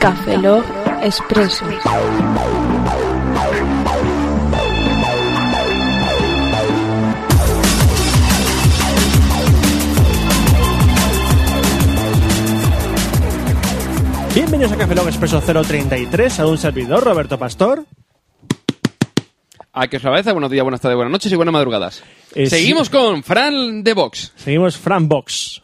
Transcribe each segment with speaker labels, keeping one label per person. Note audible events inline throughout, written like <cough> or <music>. Speaker 1: Café Log Expreso.
Speaker 2: Bienvenidos a Café Log Expreso 033, a un servidor, Roberto Pastor.
Speaker 3: A que os la cabeza, buenos días, buenas tardes, buenas noches y buenas madrugadas.
Speaker 2: Eh,
Speaker 3: Seguimos con Fran de Vox.
Speaker 2: Seguimos Fran Box.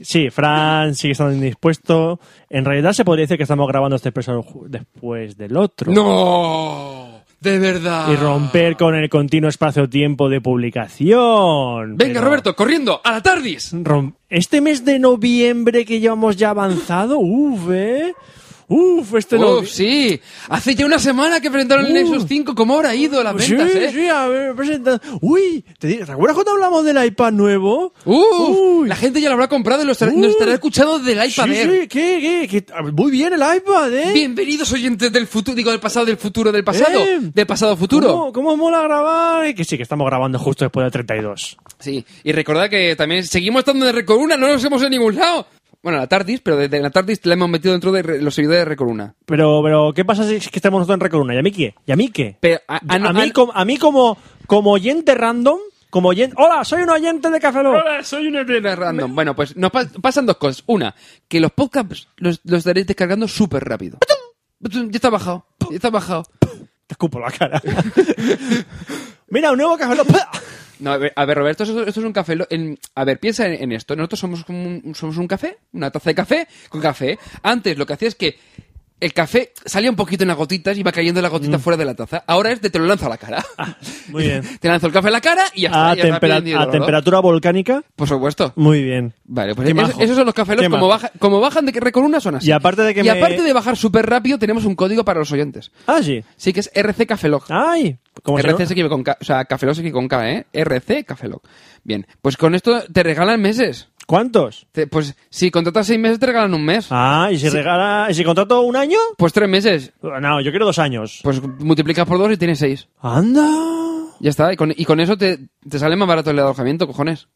Speaker 2: Sí, Fran sigue estando indispuesto. En realidad se podría decir que estamos grabando este expreso ju- después del otro.
Speaker 3: ¡No! ¡De verdad!
Speaker 2: Y romper con el continuo espacio-tiempo de publicación.
Speaker 3: Venga,
Speaker 2: Pero-
Speaker 3: Roberto, corriendo, a la tardis.
Speaker 2: Rom- Este mes de noviembre que llevamos ya avanzado, uff, ¿eh? Uff, este
Speaker 3: Uf,
Speaker 2: noviembre.
Speaker 3: sí. Hace ya una semana que presentaron el
Speaker 2: Uh.
Speaker 3: Nexus 5. ¿Cómo ahora ha ido las ventas, eh?
Speaker 2: sí, a ver, presenta- Uy, ¿te di- ¿recuerdas cuando hablamos del iPad nuevo?
Speaker 3: Uf,
Speaker 2: Uy.
Speaker 3: la gente ya lo habrá comprado y lo estará- nos estará escuchando del iPad
Speaker 2: Sí,
Speaker 3: Air.
Speaker 2: sí, ¿qué, qué, qué? Muy bien el iPad, ¿eh?
Speaker 3: Bienvenidos oyentes del futuro, digo del pasado, del futuro, del pasado,
Speaker 2: Eh.
Speaker 3: del pasado futuro.
Speaker 2: ¿Cómo, cómo mola grabar? Eh, Que sí, que estamos grabando justo después del 32.
Speaker 3: Sí, y recordad que también seguimos estando de Recoruna, no nos hemos en ningún lado. Bueno, la Tardis, pero desde la Tardis la hemos metido dentro de re- los servidores de Recoruna.
Speaker 2: Pero, pero, ¿qué pasa si es que estamos nosotros en Record 1? ¿Y a mí qué? ¿Y a mí qué?
Speaker 3: Pero a- a-
Speaker 2: mí,
Speaker 3: a-
Speaker 2: com- a mí como, como oyente random, como oyente... ¡Hola, soy un oyente de Café Lock!
Speaker 3: soy una random. Bueno, pues nos pas- pasan dos cosas. Una, que los podcasts los, los estaréis descargando súper rápido. Ya está bajado, ya está bajado.
Speaker 2: Te escupo la cara. <laughs> Mira, un nuevo Café Lock.
Speaker 3: No, a ver, a ver, Roberto, esto, esto es un café. lo- en- a ver, piensa en, en esto. Nosotros somos como un, somos un café, una taza de café con café. Antes lo que hacía es que el café salía un poquito en las gotitas y iba cayendo la gotita fuera de la taza. Ahora es de te lo lanzo a la <laughs> cara.
Speaker 2: Muy bien.
Speaker 3: Te lanzo el café a la cara y ya está.
Speaker 2: A,
Speaker 3: ya está
Speaker 2: Ah, tempera-
Speaker 3: bien
Speaker 2: a
Speaker 3: hidrolado.
Speaker 2: temperatura volcánica,
Speaker 3: Por supuesto.
Speaker 2: muy bien.
Speaker 3: Vale, pues
Speaker 2: Qué
Speaker 3: es-
Speaker 2: majo.
Speaker 3: esos son los cafés
Speaker 2: Qué
Speaker 3: como,
Speaker 2: majo.
Speaker 3: baja- como bajan de que recoruna son así.
Speaker 2: Y aparte de que
Speaker 3: Y
Speaker 2: me-
Speaker 3: aparte de bajar súper rápido, tenemos un código para los oyentes.
Speaker 2: Ah, sí.
Speaker 3: Sí que es RC Cafelog.
Speaker 2: ¡Ay! Ah, ¿Cómo se
Speaker 3: RC
Speaker 2: llama?
Speaker 3: se escribe con K, o sea, Cafelog se escribe con K, ¿eh? RC Cafelog. Bien, pues con esto te regalan meses.
Speaker 2: ¿Cuántos?
Speaker 3: Te- pues si contratas seis meses, te regalan un mes.
Speaker 2: Ah, ¿y si, regala, ¿y si contrato un año?
Speaker 3: Pues tres meses.
Speaker 2: No, yo quiero dos años.
Speaker 3: Pues multiplicas por dos y tienes seis.
Speaker 2: ¡Anda!
Speaker 3: Ya está, y con, y con eso te, te sale más barato el alojamiento, cojones.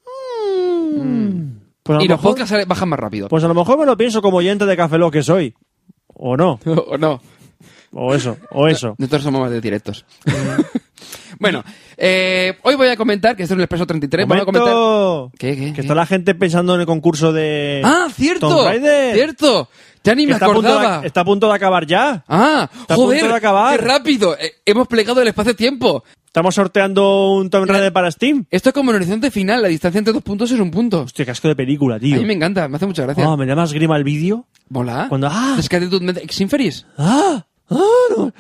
Speaker 2: Pues a,
Speaker 3: Y
Speaker 2: lo
Speaker 3: los
Speaker 2: mejor,
Speaker 3: podcasts sale- bajan más rápido.
Speaker 2: pues a lo mejor me lo pienso como oyente de Café Lock que soy. O no,
Speaker 3: <laughs> ¿O no?
Speaker 2: o eso, o eso.
Speaker 3: Nosotros somos más
Speaker 2: <laughs>
Speaker 3: de directos. bueno, eh, hoy voy a comentar, que esto es el Expreso 33, voy a comentar...
Speaker 2: Momento,
Speaker 3: ¿Qué, qué,
Speaker 2: que
Speaker 3: qué?
Speaker 2: está la gente pensando en el concurso de
Speaker 3: ¡Ah, cierto!
Speaker 2: Tomb Raider,
Speaker 3: ¡Cierto! Ya ni
Speaker 2: que
Speaker 3: me
Speaker 2: está, a punto de,
Speaker 3: acordaba.
Speaker 2: está a punto de acabar ya.
Speaker 3: ¡Ah!
Speaker 2: a punto
Speaker 3: ¡Joder!
Speaker 2: de acabar.
Speaker 3: ¡Qué rápido! Eh, hemos plegado el espacio-tiempo.
Speaker 2: Estamos sorteando un Tomb Raider para Steam.
Speaker 3: Esto es como el horizonte final. La distancia entre dos puntos es un punto.
Speaker 2: Hostia, casco de película,
Speaker 3: A
Speaker 2: tío.
Speaker 3: mí me encanta. Me hace mucha gracia.
Speaker 2: Ah, me da más grima el vídeo.
Speaker 3: Mola.
Speaker 2: Cuando- ¡Ah!
Speaker 3: Es que actitud mental- Xinferis.
Speaker 2: ¡Ah! ¡Ah! No.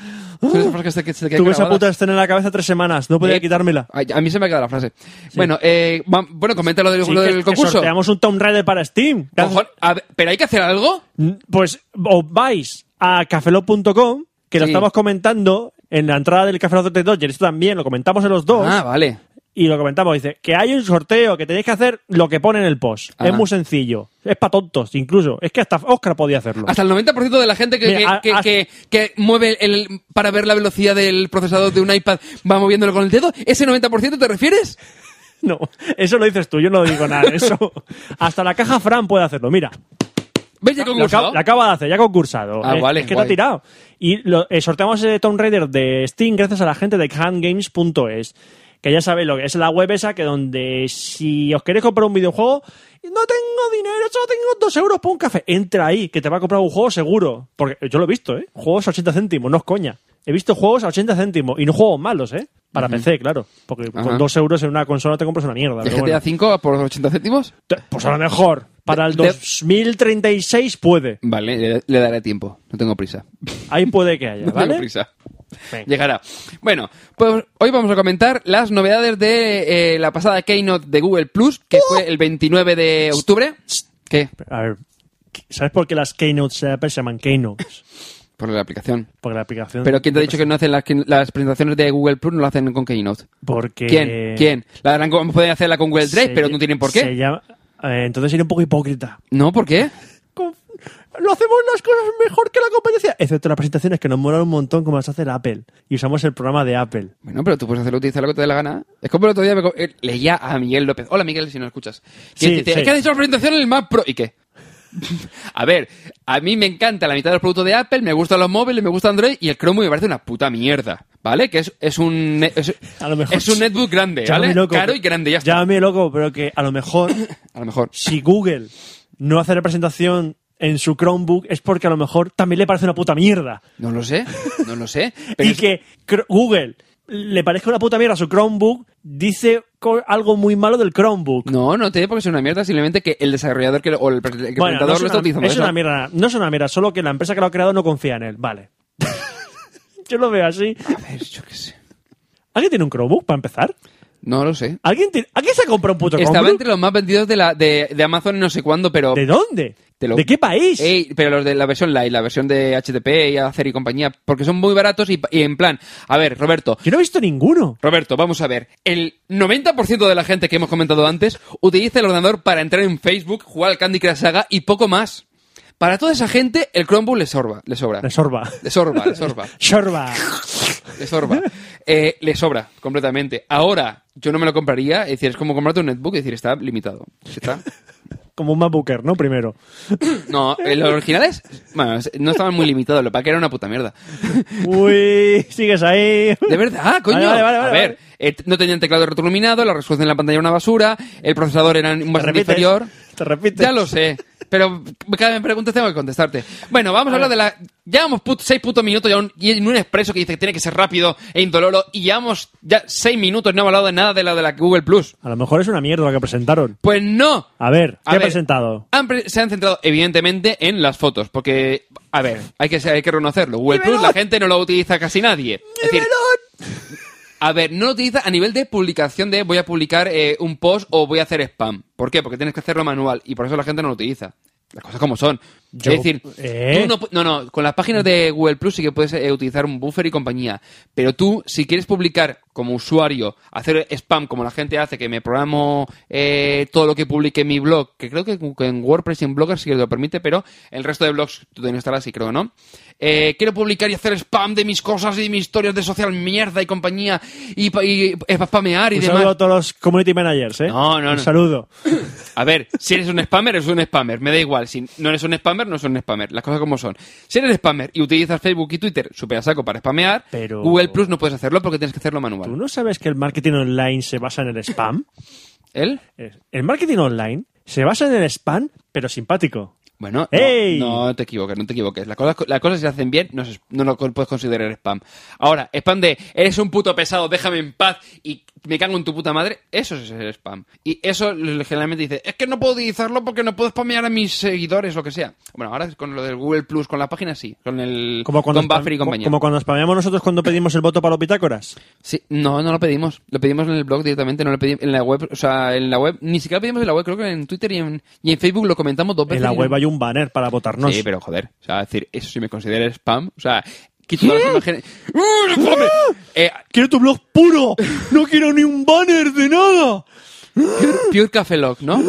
Speaker 3: Son esas frases que se- que se te quedan
Speaker 2: Tuve esa
Speaker 3: grabadas.
Speaker 2: puta escena en la cabeza tres semanas, no podía
Speaker 3: Eh,
Speaker 2: quitármela.
Speaker 3: Ay, A mí se me ha quedado la frase. Bueno, eh, va- bueno, comenta lo del,
Speaker 2: Sí,
Speaker 3: lo
Speaker 2: que-
Speaker 3: del
Speaker 2: que
Speaker 3: concurso.
Speaker 2: sorteamos un Tomb Raider para Steam.
Speaker 3: Cojón, a ver, ¿Pero hay que hacer algo?
Speaker 2: Mm, Pues os vais a cafelop.com, que lo
Speaker 3: Sí.
Speaker 2: estamos comentando en la entrada del Café Lock 32, y en esto también lo comentamos en los dos,
Speaker 3: Ah, vale.
Speaker 2: y lo comentamos. Dice que hay un sorteo, que tenéis que hacer lo que pone en el post.
Speaker 3: Ajá.
Speaker 2: Es muy sencillo. Es para tontos, incluso. Es que hasta Oscar podía
Speaker 3: <laughs>
Speaker 2: hacerlo.
Speaker 3: Hasta el 90% de la gente que,
Speaker 2: Mira,
Speaker 3: que,
Speaker 2: a-
Speaker 3: que- que- que mueve el, para ver la velocidad del procesador de un iPad va moviéndolo con el dedo. ¿Ese 90% te refieres?
Speaker 2: No, eso lo dices tú, yo no digo
Speaker 3: <laughs>
Speaker 2: nada de eso. hasta la caja Fran puede hacerlo, mira.
Speaker 3: ¿Veis el
Speaker 2: Lo acaba,
Speaker 3: concursado?
Speaker 2: lo acaba de hacer, ya ha concursado.
Speaker 3: Ah,
Speaker 2: es,
Speaker 3: vale,
Speaker 2: es que
Speaker 3: guay.
Speaker 2: lo ha tirado. Y lo, eh, sorteamos ese Tomb Raider de Steam gracias a la gente de handgames.es. Que ya sabéis lo que es la web esa que donde si os queréis comprar un videojuego, no tengo dinero, solo tengo dos euros por un café. Entra ahí, que te va a comprar un juego seguro. Porque yo lo he visto, ¿eh? Juegos a 80 céntimos, no es coña. He visto juegos a 80 céntimos y no juegos malos, ¿eh? Para PC, claro. Porque
Speaker 3: Ajá.
Speaker 2: con dos euros en una consola te compras una mierda.
Speaker 3: ¿El
Speaker 2: pero
Speaker 3: GTA
Speaker 2: bueno.
Speaker 3: V por 80 céntimos?
Speaker 2: Te- Pues a lo mejor. Para el
Speaker 3: De- de-
Speaker 2: 2036 puede.
Speaker 3: Vale, le, le daré tiempo. No tengo prisa. <laughs>
Speaker 2: Ahí puede que haya,
Speaker 3: No
Speaker 2: ¿vale?
Speaker 3: tengo prisa.
Speaker 2: Venga.
Speaker 3: Llegará. Bueno, pues hoy vamos a comentar las novedades de eh, la pasada keynote de Google Plus, que
Speaker 2: ¡Oh!
Speaker 3: fue el 29 de octubre. ¿Qué?
Speaker 2: A ver, ¿sabes por qué las keynotes se se llaman keynotes?
Speaker 3: Por la aplicación.
Speaker 2: Porque la aplicación.
Speaker 3: Pero ¿quién te ha dicho que no hacen las, las presentaciones de Google Plus? No lo hacen con Keynote.
Speaker 2: Porque.
Speaker 3: ¿Quién? ¿Quién? La harán con- pueden hacerla con Google Drive,
Speaker 2: se
Speaker 3: pero
Speaker 2: lle-
Speaker 3: no tienen por
Speaker 2: se
Speaker 3: qué.
Speaker 2: llama- eh, entonces sería un poco hipócrita.
Speaker 3: No, ¿por qué?
Speaker 2: Con- Lo hacemos las cosas mejor que la competencia. Excepto las presentaciones que nos molan un montón, como las hace la Apple. Y usamos el programa de Apple.
Speaker 3: Bueno, pero tú puedes hacerlo, utilizar lo que te dé la gana. Es como el otro día me co- eh, leía a Miguel López. Hola Miguel, si no escuchas. Que
Speaker 2: Sí,
Speaker 3: dice,
Speaker 2: sí.
Speaker 3: Es que has hecho la presentación en el Mac Pro. ¿Y qué? <laughs> A ver, a mí me encanta la mitad de los productos de Apple, me gustan los móviles, me gusta Android y el Chromebook me parece una puta mierda, ¿vale? Que es, es un ne- es,
Speaker 2: <laughs> A lo mejor
Speaker 3: es un netbook grande,
Speaker 2: Llámame
Speaker 3: ¿vale?
Speaker 2: loco,
Speaker 3: Caro
Speaker 2: pero-
Speaker 3: y grande, ya está.
Speaker 2: Llámame loco, pero que a lo mejor
Speaker 3: A lo mejor.
Speaker 2: si Google no hace representación en su Chromebook es porque a lo mejor también le parece una puta mierda.
Speaker 3: No lo sé, no
Speaker 2: <laughs>
Speaker 3: lo sé. Pero
Speaker 2: y
Speaker 3: es-
Speaker 2: que Chr- Google le parezca una puta mierda a su Chromebook dice co- algo muy malo del Chromebook.
Speaker 3: No, no tiene por qué ser una mierda, simplemente que el desarrollador que lo- o el, pre- el
Speaker 2: Bueno, no
Speaker 3: presentador
Speaker 2: es
Speaker 3: lo
Speaker 2: una-
Speaker 3: está utilizando.
Speaker 2: es
Speaker 3: eso.
Speaker 2: una mierda, no es una mierda, solo que la empresa que lo ha creado no confía en él. Vale. <laughs> Yo lo veo así.
Speaker 3: A ver, yo qué sé.
Speaker 2: ¿Alguien tiene un Chromebook para empezar?
Speaker 3: No lo sé.
Speaker 2: ¿Alguien, tiene- ¿Alguien se ha comprado un puto
Speaker 3: Estaba
Speaker 2: Chromebook?
Speaker 3: entre los más vendidos de, la, de, de Amazon no sé cuándo, pero...
Speaker 2: ¿De dónde?
Speaker 3: Te lo-
Speaker 2: ¿De qué país?
Speaker 3: Ey, pero los de la versión Lite, la versión de HTTP y Acer y compañía, porque son muy baratos y, y en plan... A ver, Roberto,
Speaker 2: Yo no he visto ninguno.
Speaker 3: Roberto, vamos a ver. El 90% de la gente que hemos comentado antes utiliza el ordenador para entrar en Facebook, jugar al Candy Crush Saga y poco más. Para toda esa gente, el Chromebook le sobra. Le sobra.
Speaker 2: La sorba. <laughs>
Speaker 3: Le sobra, le sobra.
Speaker 2: Sorba.
Speaker 3: Le sobra. Eh, le sobra, completamente. Ahora, yo no me lo compraría. Es decir, es como comprarte un netbook. Es decir, está limitado. Está.
Speaker 2: Como un MacBooker, ¿no? Primero.
Speaker 3: No, eh, los originales, bueno, no estaban muy limitados. Lo que pasa que era una puta mierda.
Speaker 2: Uy, sigues ahí.
Speaker 3: De verdad, ah, coño.
Speaker 2: Vale, vale, vale,
Speaker 3: a
Speaker 2: vale,
Speaker 3: ver, eh, no tenían teclado retroiluminado, la resolución de la pantalla era una basura, el procesador era un bastante
Speaker 2: repites,
Speaker 3: inferior.
Speaker 2: te repites.
Speaker 3: Ya lo sé. Pero cada vez me preguntas tengo que contestarte. Bueno, vamos a, hablar de la... Llevamos put- seis putos minutos ya un- y en un expreso que dice que tiene que ser rápido e indoloro y llevamos ya seis minutos y no hemos hablado de nada de la de la Google+. Plus.
Speaker 2: A lo mejor es una mierda lo que presentaron.
Speaker 3: Pues no.
Speaker 2: A ver,
Speaker 3: A
Speaker 2: ¿qué ha
Speaker 3: ver,
Speaker 2: presentado?
Speaker 3: han pre- se han centrado evidentemente en las fotos, porque, a ver, hay que, hay que reconocerlo. Google Plus la gente no lo utiliza casi nadie. Es decir, a ver, no lo utiliza a nivel de publicación de voy a publicar eh, un post o voy a hacer spam. ¿Por qué? Porque tienes que hacerlo manual y por eso la gente no lo utiliza. Las cosas como son.
Speaker 2: Yo-
Speaker 3: es decir,
Speaker 2: ¿Eh?
Speaker 3: tú no, pu- no, no, con las páginas de Google Plus sí que puedes eh, utilizar un buffer y compañía. Pero tú, si quieres publicar como usuario, hacer spam como la gente hace, que me programo eh, todo lo que publique en mi blog, que creo que en- que en WordPress y en Blogger sí que lo permite, pero el resto de blogs tú tienes estar así, creo, ¿no? Eh, quiero publicar y hacer spam de mis cosas y mis historias de social mierda y compañía y, pa- y, eh, spamear y
Speaker 2: Un
Speaker 3: demás.
Speaker 2: saludo a todos los community managers, ¿eh?
Speaker 3: No, no, no.
Speaker 2: Un saludo.
Speaker 3: A ver, si eres un spammer, eres un spammer. Me da igual. Si no eres un spammer, no eres un spammer. Las cosas como son. Si eres spammer y utilizas Facebook y Twitter súper a saco para spamear,
Speaker 2: Pero-
Speaker 3: Google Plus no puedes hacerlo porque tienes que hacerlo
Speaker 2: ¿Tú
Speaker 3: manual.
Speaker 2: no sabes que el marketing online se basa en el spam?
Speaker 3: ¿Él?
Speaker 2: Es- El marketing online se basa en el spam, pero simpático.
Speaker 3: Bueno, no-
Speaker 2: ¡Ey!
Speaker 3: no, te equivoques, no te equivoques. Las cosas, las cosas se hacen bien, no, se- no lo puedes considerar spam. Ahora, spam de eres un puto pesado, déjame en paz y me cago en tu puta madre, eso es el spam. Y eso lo- generalmente dice, es que no puedo utilizarlo porque no puedo spamear a mis seguidores, lo que sea. Bueno, ahora con lo del Google Plus, con la página sí, con el
Speaker 2: Como cuando,
Speaker 3: con Buffer y
Speaker 2: spam-
Speaker 3: compañía.
Speaker 2: como cuando spameamos nosotros cuando pedimos el voto para los bitácoras.
Speaker 3: Sí, no, no lo pedimos. Lo pedimos en el blog directamente, no lo pedimos en la web. O sea, en la web, ni siquiera lo pedimos en la web, creo que en Twitter y en, y en Facebook lo comentamos dos veces.
Speaker 2: En la
Speaker 3: y no-
Speaker 2: web hay un banner para votarnos.
Speaker 3: Sí, pero joder. O sea, decir, eso sí me considera spam. O sea, quito todas las imágenes. ¡Uh, no, hombre! Eh,
Speaker 2: ¡Quiero tu blog puro! ¡No quiero ni un banner de nada!
Speaker 3: Pure Café Lock, ¿no?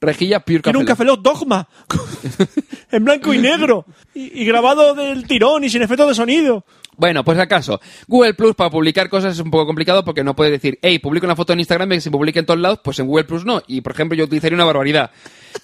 Speaker 3: Rejilla Pure Café
Speaker 2: Quiero un
Speaker 3: Lock.
Speaker 2: Café Lock Dogma <laughs> en blanco y negro y, y grabado del tirón y sin efecto de sonido.
Speaker 3: Bueno, pues acaso, Google Plus para publicar cosas es un poco complicado porque no puedes decir, hey, publico una foto en Instagram y que se publique en todos lados, pues en Google Plus no. Y por ejemplo, yo utilizaría una barbaridad.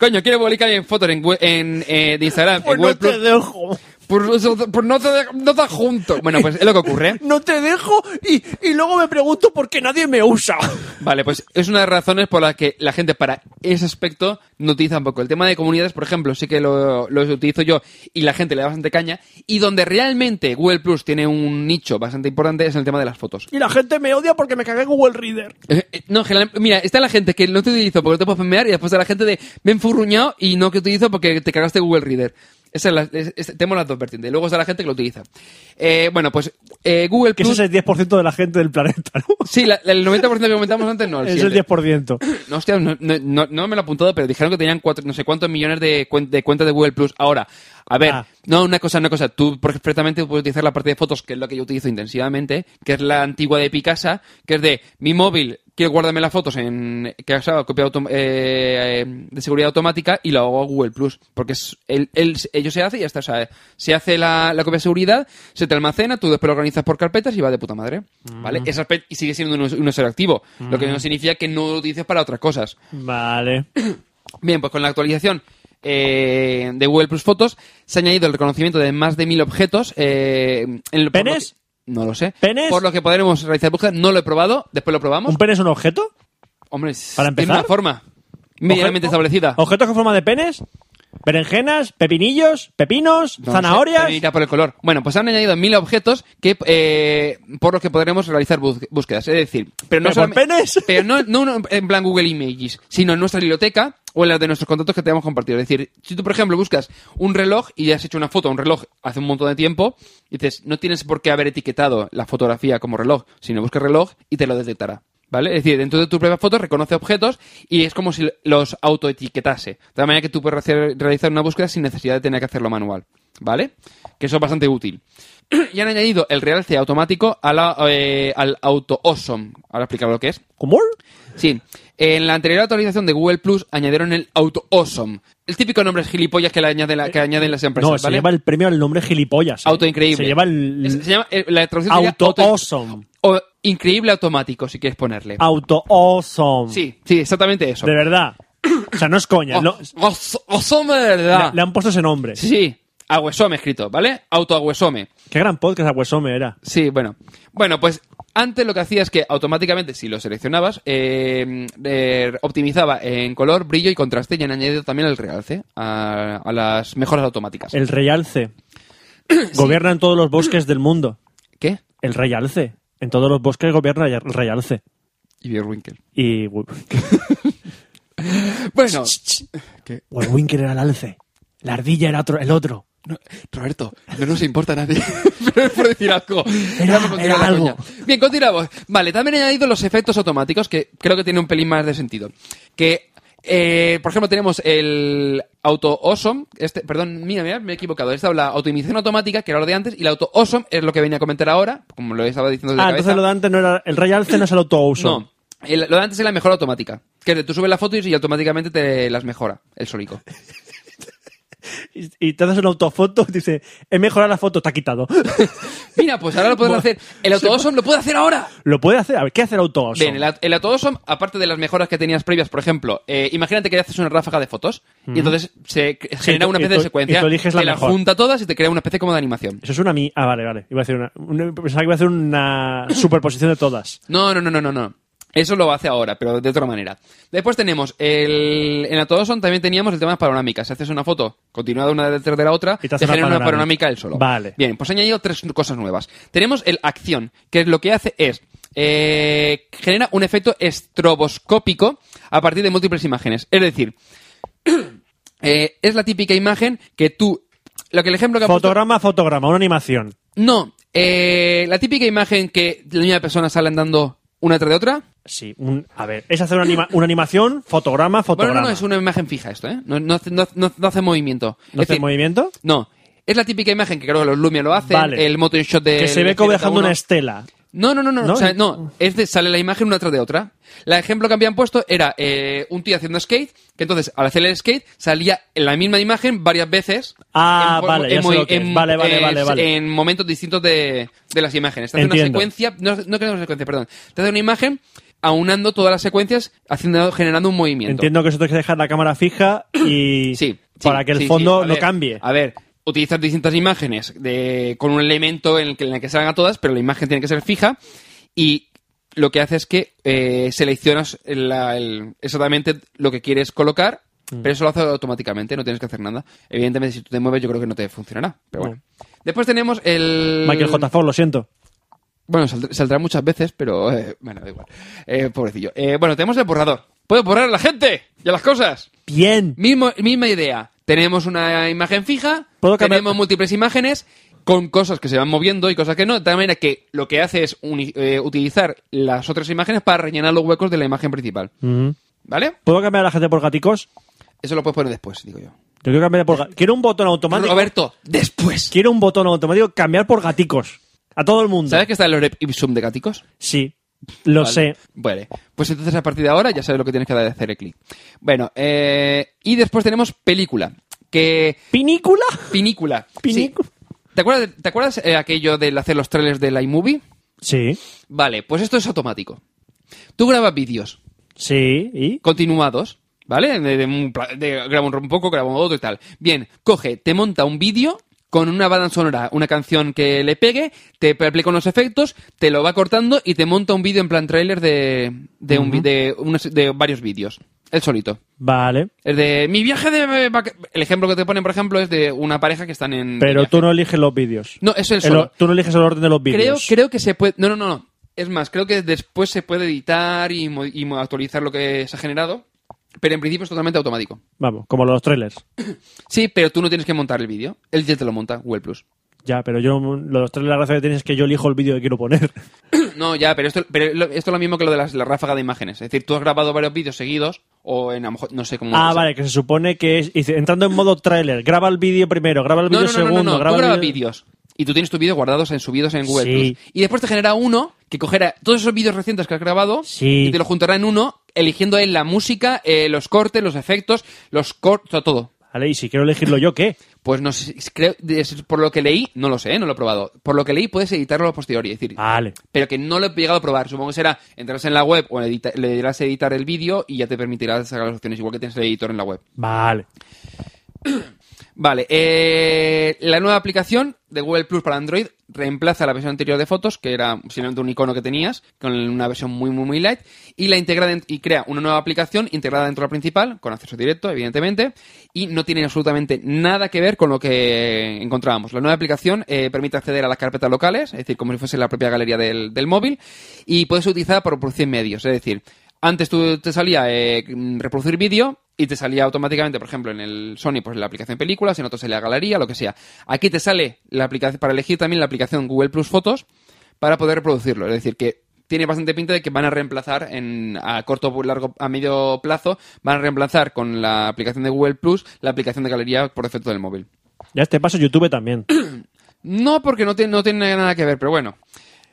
Speaker 3: Coño, quiero publicar en fotos en, Gu- en, eh, de Instagram,
Speaker 2: Pues
Speaker 3: en Google Plus.
Speaker 2: dejo.
Speaker 3: Por, eso- por no te de- no te junto. Bueno, pues es lo que ocurre.
Speaker 2: No te dejo y, y luego me pregunto por qué nadie me usa.
Speaker 3: Vale, pues es una de las razones por las que la gente para ese aspecto no utiliza un poco. El tema de comunidades, por ejemplo, sí que lo, lo utilizo yo y la gente le da bastante caña. Y donde realmente Google Plus tiene un nicho bastante importante es en el tema de las fotos.
Speaker 2: Y la gente me odia porque me cagué en Google Reader.
Speaker 3: Eh, eh, No, general- mira, está la gente que no te utilizo porque no te puedo spamear y después está la gente de me he enfurruñado y no que utilizo porque te cagaste Google Reader. Esa es la- es- es- tenemos las dos vertientes. Luego está la gente que lo utiliza. Eh, bueno, pues eh, Google
Speaker 2: Que
Speaker 3: Plus...
Speaker 2: ese es el 10% de la gente del planeta, ¿no?
Speaker 3: Sí, la- la- el 90% que comentamos antes no. El
Speaker 2: es el
Speaker 3: siguiente.
Speaker 2: 10%.
Speaker 3: No, hostia, no, no- no- no me lo he apuntado, pero dijeron que tenían cuatro, no sé cuántos millones de, cuen- de cuentas de Google Plus. Ahora, a ver,
Speaker 2: Ah.
Speaker 3: no, una cosa, una cosa. Tú perfectamente puedes utilizar la parte de fotos, que es la que yo utilizo intensivamente, que es la antigua de Picasa, que es de mi móvil, quiero guardarme las fotos en que has dado copia autom- eh, eh, de seguridad automática y lo hago a Google Plus. Porque es, el, el- ello se hace y ya está. O sea, se hace la, la copia de seguridad, se te almacena, tú después lo organizas por carpetas y va de puta madre. ¿Vale? Ese aspecto- y sigue siendo un, us- un usuario activo. Lo que no significa que no lo utilices para otras cosas.
Speaker 2: Vale.
Speaker 3: Bien, pues con la actualización eh, de Google Plus Fotos, se ha añadido el reconocimiento de más de mil objetos. eh, en el, por lo
Speaker 2: ¿Penes?
Speaker 3: que- no lo sé.
Speaker 2: ¿Penes?
Speaker 3: Por lo que podremos realizar búsqueda. No lo he probado, después lo probamos.
Speaker 2: ¿Un pene es un objeto?
Speaker 3: Hombre,
Speaker 2: ¿Para
Speaker 3: tiene
Speaker 2: empezar?
Speaker 3: una forma medianamente
Speaker 2: Obje-
Speaker 3: establecida.
Speaker 2: ¿Objetos con forma de penes? ¿Berenjenas? ¿Pepinillos? ¿Pepinos?
Speaker 3: No
Speaker 2: ¿Zanahorias?
Speaker 3: sé, te dirá por el color. Bueno, pues han añadido mil objetos que eh, por los que podremos realizar bus- búsquedas. Es decir, pero no
Speaker 2: ¿Pero por
Speaker 3: solamente-
Speaker 2: penes?
Speaker 3: <laughs> pero no, no uno en plan Google Images, sino en nuestra biblioteca o en las de nuestros contactos que te hemos compartido. Es decir, si tú, por ejemplo, buscas un reloj y le has hecho una foto a un reloj hace un montón de tiempo, y dices, no tienes por qué haber etiquetado la fotografía como reloj, sino busca reloj y te lo detectará. ¿Vale? Es decir, dentro de tus propias fotos reconoce objetos y es como si los autoetiquetase. De tal manera que tú puedes hacer- realizar una búsqueda sin necesidad de tener que hacerlo manual. ¿Vale? Que eso es bastante útil. <clears throat> y han añadido el realce automático a la, eh, al auto-awesome. Ahora explicamos lo que es.
Speaker 2: ¿Cómo?
Speaker 3: Sí. En la anterior actualización de Google Plus añadieron el Auto Awesome. El típico nombre es gilipollas que, le añaden, la- que añaden las empresas.
Speaker 2: No, se
Speaker 3: Pues ¿vale?
Speaker 2: lleva el premio al nombre gilipollas. ¿eh?
Speaker 3: Auto
Speaker 2: Se
Speaker 3: Increíble.
Speaker 2: lleva el
Speaker 3: Es- se llama- eh, la traducción sería
Speaker 2: auto awesome.
Speaker 3: o Increíble Automático, si quieres ponerle.
Speaker 2: Auto awesome.
Speaker 3: Sí, sí, exactamente eso.
Speaker 2: De verdad. O sea, no es coña.
Speaker 3: Oh,
Speaker 2: lo-
Speaker 3: awes- awesome, de
Speaker 2: le,
Speaker 3: verdad.
Speaker 2: le han puesto ese nombre.
Speaker 3: Sí, sí. Aguesome escrito, ¿vale? Auto Aguesome.
Speaker 2: Qué gran podcast Aguesome era.
Speaker 3: Sí, bueno. Bueno, pues antes lo que hacía es que automáticamente, si lo seleccionabas, eh, eh, optimizaba en color, brillo y contraste y han añadido también el realce a, a las mejoras automáticas.
Speaker 2: El rey
Speaker 3: <clears throat>
Speaker 2: alce. Gobierna en todos los bosques del mundo.
Speaker 3: ¿Qué?
Speaker 2: El rey alce. En todos los bosques gobierna el rey alce.
Speaker 3: Y Bierwinkel.
Speaker 2: Y Wi-
Speaker 3: Bueno,
Speaker 2: Winker era el alce. La ardilla era otro, el otro.
Speaker 3: no, Roberto, no nos importa a nadie. <laughs> Pero es por decir algo.
Speaker 2: Era-
Speaker 3: Vamos a continuar
Speaker 2: era
Speaker 3: la
Speaker 2: algo.
Speaker 3: coña. Bien, continuamos. Vale, también he añadido los efectos automáticos, que creo que tiene un pelín más de sentido. Que, eh, por ejemplo, tenemos el auto awesome. Este, perdón, mira, mira, me he equivocado. Esta la optimización automática, que era lo de antes, y el auto awesome es lo que venía a comentar ahora, como lo estaba diciendo de
Speaker 2: Ah,
Speaker 3: cabeza.
Speaker 2: entonces lo de antes no era. El rey alce no es el auto awesome.
Speaker 3: No. el- lo de antes es la mejora automática. Que es de tú subes la foto y automáticamente te las mejora, el solico.
Speaker 2: Y, y te haces una autofoto <laughs> y dice, he mejorado la foto, está quitado. <laughs>
Speaker 3: Mira, pues ahora lo puedes hacer. El auto awesome lo puede hacer ahora.
Speaker 2: lo puede hacer. A ver, ¿qué hace el auto awesome?
Speaker 3: Bien, el, at- el Atoosom, aparte de las mejoras que tenías previas, por ejemplo, eh, imagínate que haces una ráfaga de fotos y entonces se c- genera
Speaker 2: tú-
Speaker 3: una
Speaker 2: y
Speaker 3: especie
Speaker 2: tú-
Speaker 3: de secuencia.
Speaker 2: y tú eliges la
Speaker 3: te
Speaker 2: mejor.
Speaker 3: junta todas y te crea una especie como de animación.
Speaker 2: Eso es una mi... Ah, vale, vale. Iba a hacer una... una- Pensaba que iba a hacer una superposición de
Speaker 3: <laughs>
Speaker 2: todas.
Speaker 3: No, no, no, no, no, no. Eso lo hace ahora, pero de otra manera. Después tenemos el. En Atoosom también teníamos el tema de las panorámicas. Si haces una foto continuada una detrás de la otra,
Speaker 2: Y
Speaker 3: te,
Speaker 2: te hace una
Speaker 3: genera una
Speaker 2: panorámica.
Speaker 3: panorámica él solo.
Speaker 2: Vale.
Speaker 3: Bien, pues he añadido tres cosas nuevas. Tenemos el acción, que lo que hace es. eh, genera un efecto estroboscópico a partir de múltiples imágenes. Es decir, <clears throat> Eh, es la típica imagen que tú. Lo que el ejemplo que ha puesto-
Speaker 2: Fotograma, fotograma, una animación.
Speaker 3: No, eh, la típica imagen que la misma persona sale andando una tras de otra.
Speaker 2: Sí, un... a ver, es hacer una, anima- una animación, fotograma,
Speaker 3: Bueno,
Speaker 2: fotograma.
Speaker 3: no, no, es una imagen fija esto, ¿eh? No, no hace, no hace- no- no hace movimiento.
Speaker 2: ¿No
Speaker 3: Es
Speaker 2: hace
Speaker 3: decir,
Speaker 2: movimiento?
Speaker 3: No, es la típica imagen que creo que los Lumia lo hacen,
Speaker 2: Vale.
Speaker 3: eh, el motion shot de.
Speaker 2: que se ve como dejando una estela.
Speaker 3: No, no, no, no,
Speaker 2: ¿No?
Speaker 3: o sea, no, es de- sale la imagen una tras de otra. El ejemplo que habían puesto era eh, un tío haciendo skate, que entonces al hacer el skate salía la misma imagen varias veces.
Speaker 2: Ah,
Speaker 3: fo-
Speaker 2: vale, ya sé
Speaker 3: movi-
Speaker 2: lo que es. Vale, vale,
Speaker 3: eh,
Speaker 2: vale, vale.
Speaker 3: En momentos distintos de, de las imágenes. Te hace
Speaker 2: Entiendo.
Speaker 3: una secuencia, no, no creo que una secuencia, perdón. Te hace una imagen aunando todas las secuencias, haciendo, generando un movimiento.
Speaker 2: Entiendo que eso tienes que dejar la cámara fija y
Speaker 3: <clears throat> Sí. sí,
Speaker 2: para que el
Speaker 3: sí,
Speaker 2: fondo
Speaker 3: sí, a
Speaker 2: no
Speaker 3: ver,
Speaker 2: cambie.
Speaker 3: A ver, utilizas distintas imágenes de, con un elemento en el, que, en el que salgan a todas, pero la imagen tiene que ser fija y lo que hace es que eh, seleccionas la- el- exactamente lo que quieres colocar,
Speaker 2: Mm.
Speaker 3: pero eso lo hace automáticamente, no tienes que hacer nada. Evidentemente, si tú te mueves, yo creo que no te funcionará, pero bueno. Después tenemos el...
Speaker 2: Michael J. Fox, lo siento.
Speaker 3: Bueno, sald- saldrá muchas veces, pero eh, bueno, da igual. Eh, pobrecillo. Eh, bueno, tenemos el borrador. ¡Puedo borrar a la gente y a las cosas!
Speaker 2: Bien.
Speaker 3: Mismo- misma idea. Tenemos una imagen fija,
Speaker 2: Puedo cambiar-
Speaker 3: tenemos múltiples imágenes con cosas que se van moviendo y cosas que no, de tal manera que lo que hace es uni- eh, utilizar las otras imágenes para rellenar los huecos de la imagen principal.
Speaker 2: Ujú.
Speaker 3: ¿Vale?
Speaker 2: ¿Puedo cambiar a la gente por gaticos?
Speaker 3: Eso lo puedes poner después, digo yo.
Speaker 2: Yo quiero cambiar por ga- Quiero un botón automático.
Speaker 3: Roberto, después.
Speaker 2: Quiero un botón automático cambiar por gaticos. A todo el mundo.
Speaker 3: ¿Sabes que está el orep ipsum de gaticos?
Speaker 2: Sí. Lo
Speaker 3: Vale.
Speaker 2: sé.
Speaker 3: Vale. Pues entonces a partir de ahora ya sabes lo que tienes que hacer, hacer el clic. Bueno, eh, y después tenemos película. Que
Speaker 2: ¿Pinícula?
Speaker 3: Pinícula.
Speaker 2: Pinícula.
Speaker 3: Sí. ¿Te acuerdas, de- ¿Te acuerdas eh, aquello del hacer los trailers del iMovie?
Speaker 2: Sí.
Speaker 3: Vale, pues esto es automático. Tú grabas vídeos
Speaker 2: Sí. ¿Y?
Speaker 3: continuados, ¿Vale? De, de un pla- de- grabo un, un poco, grabo otro y tal. Bien, coge, te monta un vídeo con una banda sonora, una canción que le pegue, te aplica unos efectos, te lo va cortando y te monta un vídeo en plan trailer de, de, un, vi- de, unas- de varios vídeos. Él solito.
Speaker 2: Vale.
Speaker 3: Es de mi viaje de. vaca- El ejemplo que te ponen, por ejemplo, es de una pareja que están en.
Speaker 2: Pero
Speaker 3: viaje.
Speaker 2: tú no eliges los vídeos.
Speaker 3: No, es el
Speaker 2: El
Speaker 3: solo.
Speaker 2: o- tú no eliges el orden de los
Speaker 3: Creo,
Speaker 2: vídeos.
Speaker 3: creo que se puede. No, no, no, no. Es más, creo que después se puede editar y, mo- y mo- actualizar lo que se ha generado. Pero en principio es totalmente automático.
Speaker 2: Vamos, como los trailers.
Speaker 3: Sí, pero tú no tienes que montar el vídeo. Él ya te lo monta, Google Plus. <clears throat>
Speaker 2: Ya, pero yo los trailers la gracia que tienes es que yo elijo el vídeo que quiero
Speaker 3: <laughs>
Speaker 2: poner.
Speaker 3: No, ya, pero esto, pero lo- esto es lo mismo que lo de las, la ráfaga de imágenes. Es decir, tú has grabado varios vídeos seguidos o en a lo mejor, no sé cómo.
Speaker 2: ah,
Speaker 3: o sea,
Speaker 2: vale, que se supone que es dice, entrando en modo trailer, graba el vídeo primero, graba el
Speaker 3: No,
Speaker 2: vídeo
Speaker 3: no, no,
Speaker 2: segundo,
Speaker 3: no, no,
Speaker 2: graba
Speaker 3: Tú
Speaker 2: el
Speaker 3: grabas
Speaker 2: vídeo-
Speaker 3: vídeos. Y tú tienes tus vídeos guardados en subidos en Google
Speaker 2: Sí.
Speaker 3: Plus. Y después te genera uno que cogerá todos esos vídeos recientes que has grabado
Speaker 2: Sí.
Speaker 3: y te lo juntará en uno, eligiendo él la música, eh, los cortes, los efectos, los cortes, todo.
Speaker 2: Vale, y si quiero elegirlo yo, ¿qué?
Speaker 3: Pues no sé, creo, es- por lo que leí, no lo sé, eh, no lo he probado. Por lo que leí puedes editarlo a posteriori, es decir,
Speaker 2: Vale.
Speaker 3: pero que no lo he llegado a probar. Supongo que será, entrarás en la web o edita- le dirás a editar el vídeo y ya te permitirá sacar las opciones, igual que tienes el editor en la web.
Speaker 2: Vale.
Speaker 3: Vale, eh, la nueva aplicación de Google Plus para Android reemplaza la versión anterior de fotos, que era simplemente un icono que tenías, con una versión muy, muy, muy light, y la integra dent- y crea una nueva aplicación integrada dentro de la principal, con acceso directo, evidentemente, y no tiene absolutamente nada que ver con lo que encontrábamos. La nueva aplicación eh, permite acceder a las carpetas locales, es decir, como si fuese la propia galería del, del móvil, y puedes utilizar por, por 100 medios, es decir, antes tú te salía eh, reproducir vídeo y te salía automáticamente, por ejemplo, en el Sony, pues la aplicación películas, en otro salía galería, lo que sea. Aquí te sale la aplicación para elegir también la aplicación Google Plus Fotos para poder reproducirlo. Es decir, que tiene bastante pinta de que van a reemplazar en, a corto, largo, a medio plazo, van a reemplazar con la aplicación de Google Plus la aplicación de galería por defecto del móvil.
Speaker 2: Ya este paso YouTube también.
Speaker 3: No, porque no tiene, no tiene nada que ver, pero bueno.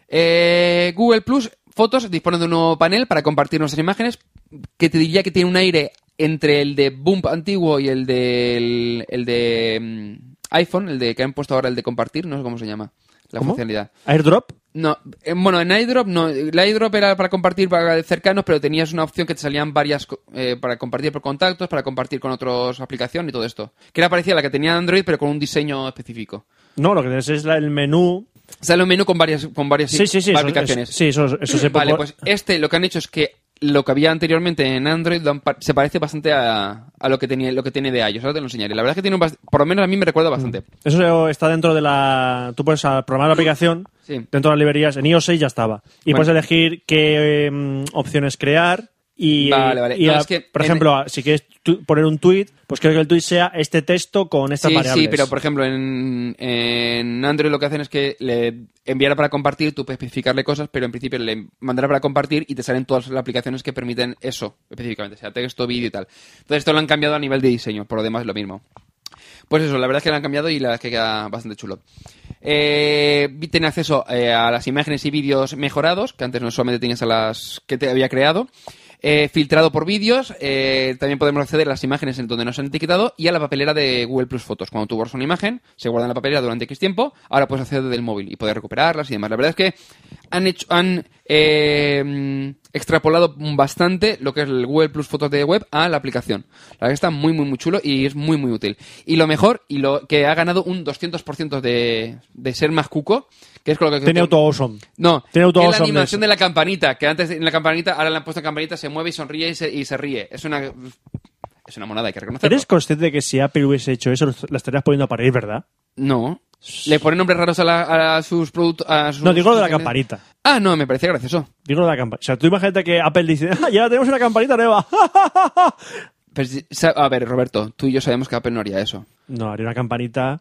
Speaker 3: Eh, Google Plus Fotos dispone de un nuevo panel para compartir nuestras imágenes que te diría que tiene un aire entre el de Boom antiguo y el de, el, de mm, iPhone, el de que han puesto ahora, el de compartir, no sé cómo se llama la
Speaker 2: ¿Cómo?
Speaker 3: funcionalidad.
Speaker 2: ¿Airdrop?
Speaker 3: No, eh, bueno, en iDrop no. El iDrop era para compartir para cercanos, pero tenías una opción que te salían varias co- eh, para compartir por contactos, para compartir con otras aplicaciones y todo esto. Que era parecida a la que tenía Android, pero con un diseño específico.
Speaker 2: No, lo que tienes es la- el menú.
Speaker 3: Sale un menú con varias, con varias
Speaker 2: Sí, sí, sí. eso-
Speaker 3: aplicaciones.
Speaker 2: eso- sí, eso, eso se
Speaker 3: vale,
Speaker 2: por-
Speaker 3: pues este lo que han hecho es que lo que había anteriormente en Android lo han pa- se parece bastante a, a lo que tenía lo que tiene de iOS. Ahora te lo enseñaré. La verdad es que tiene un bast- por lo menos a mí me recuerda bastante.
Speaker 2: Mm. Eso está dentro de la. Tú puedes ah, programar la aplicación
Speaker 3: Sí.
Speaker 2: dentro de las librerías. En iOS 6 ya estaba. Y
Speaker 3: Bueno.
Speaker 2: puedes elegir qué eh, mm, opciones crear. Y,
Speaker 3: Vale, vale.
Speaker 2: y,
Speaker 3: No,
Speaker 2: ah,
Speaker 3: es que
Speaker 2: por
Speaker 3: en-
Speaker 2: ejemplo, ah, si quieres tu- poner un tweet, pues creo que el tweet sea este texto con estas
Speaker 3: Sí,
Speaker 2: variables.
Speaker 3: sí, pero por ejemplo en, en Android lo que hacen es que le enviará para compartir, tú puedes especificarle cosas, pero en principio le mandará para compartir y te salen todas las aplicaciones que permiten eso específicamente, sea texto, vídeo y tal. Entonces esto lo han cambiado a nivel de diseño, por lo demás es lo mismo. Pues eso, la verdad es que lo han cambiado y la verdad es que queda bastante chulo. Eh, tiene acceso eh, a las imágenes y vídeos mejorados, que antes no solamente tenías a las que te había creado. Eh, filtrado por vídeos, eh, también podemos acceder a las imágenes en donde nos han etiquetado y a la papelera de Google Plus Fotos. Cuando tú borras una imagen, se guarda en la papelera durante X tiempo, ahora puedes acceder desde el móvil y poder recuperarlas y demás. La verdad es que han hecho, han eh, extrapolado bastante lo que es el Google Plus Fotos de web a la aplicación. La verdad que está muy, muy, muy chulo y es muy, muy útil. Y lo mejor, y lo que ha ganado un 200% de, de ser más cuco, que es con lo que...
Speaker 2: Tiene auto awesome.
Speaker 3: No,
Speaker 2: Tiene auto
Speaker 3: es la
Speaker 2: awesome
Speaker 3: animación
Speaker 2: de
Speaker 3: de la campanita, que antes en la campanita, ahora le han puesto campanita, se mueve y sonríe y se, y se ríe. Es una... Es una monada, hay que reconocerlo.
Speaker 2: ¿Eres consciente de que si Apple hubiese hecho eso, lo estarías poniendo a parir, verdad?
Speaker 3: No. Le ponen nombres raros a, la- a sus productos...
Speaker 2: No, digo lo de la campanita.
Speaker 3: Ah, no, me parece gracioso.
Speaker 2: Digo lo de la campanita. O sea, tú imagínate que Apple dice, ¡ah, ya tenemos una campanita nueva! <laughs>
Speaker 3: Pero si- sa- a ver, Roberto, tú y yo sabemos que Apple no haría eso.
Speaker 2: no, haría una campanita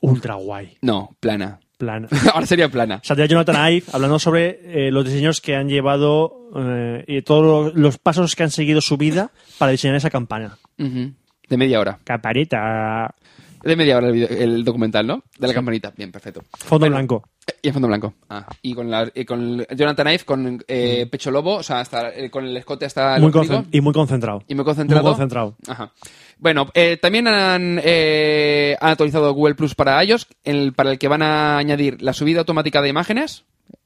Speaker 2: ultra guay.
Speaker 3: No, plana.
Speaker 2: Plana.
Speaker 3: <laughs> Ahora sería plana.
Speaker 2: Saldría Jonathan Ive hablando sobre eh, los diseños que han llevado eh, y todos los, los pasos que han seguido su vida para diseñar esa campana.
Speaker 3: Ujú. De media hora.
Speaker 2: Campanita.
Speaker 3: De media hora el, video- el documental, ¿no? De la campanita. Bien, perfecto.
Speaker 2: Fondo blanco.
Speaker 3: Eh, Y en fondo blanco. Ah, y con, la, y con Jonathan Ive, con eh, pecho lobo, o sea, hasta, eh, con el escote hasta el
Speaker 2: Mm. Muy
Speaker 3: ombligo.
Speaker 2: concen- y muy concentrado.
Speaker 3: Y muy concentrado.
Speaker 2: Muy concentrado.
Speaker 3: Ajá. Bueno, eh, también han, eh, han actualizado Google Plus para iOS, el- para el que van a añadir la subida automática de imágenes